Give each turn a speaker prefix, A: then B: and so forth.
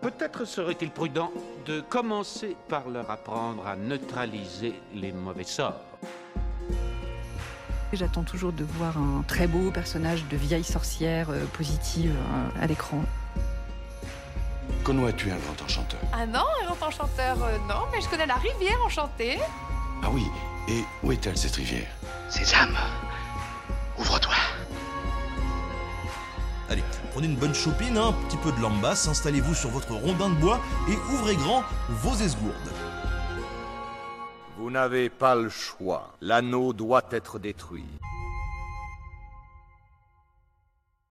A: Peut-être serait-il prudent de commencer par leur apprendre à neutraliser les mauvais sorts.
B: J'attends toujours de voir un très beau personnage de vieille sorcière euh, positive euh, à l'écran.
C: Conno, tu es un grand enchanteur
D: Ah non, un grand enchanteur, euh, non, mais je connais la rivière enchantée.
C: Ah oui, et où est-elle cette rivière
E: Sésame, ouvre-toi.
F: Allez, prenez une bonne chopine, hein, un petit peu de lambasse, installez-vous sur votre rondin de bois et ouvrez grand vos esgourdes.
G: Vous n'avez pas le choix. L'anneau doit être détruit.